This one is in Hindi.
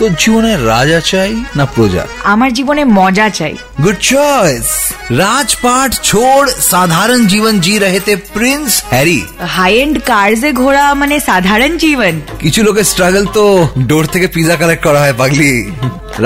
তো জীবনে রাজা চাই না প্রজা আমার জীবনে মজা চাই गुड चॉइस राजपाट छोड़ साधारण जीवन जी रहे थे प्रिंस हैरी হাই এন্ড কার্সে ঘোরা মানে সাধারণ জীবন কিছু লোকের স্ট্রাগল তো ডোর থেকে পিজা কালেক্ট করা হয় পাগলি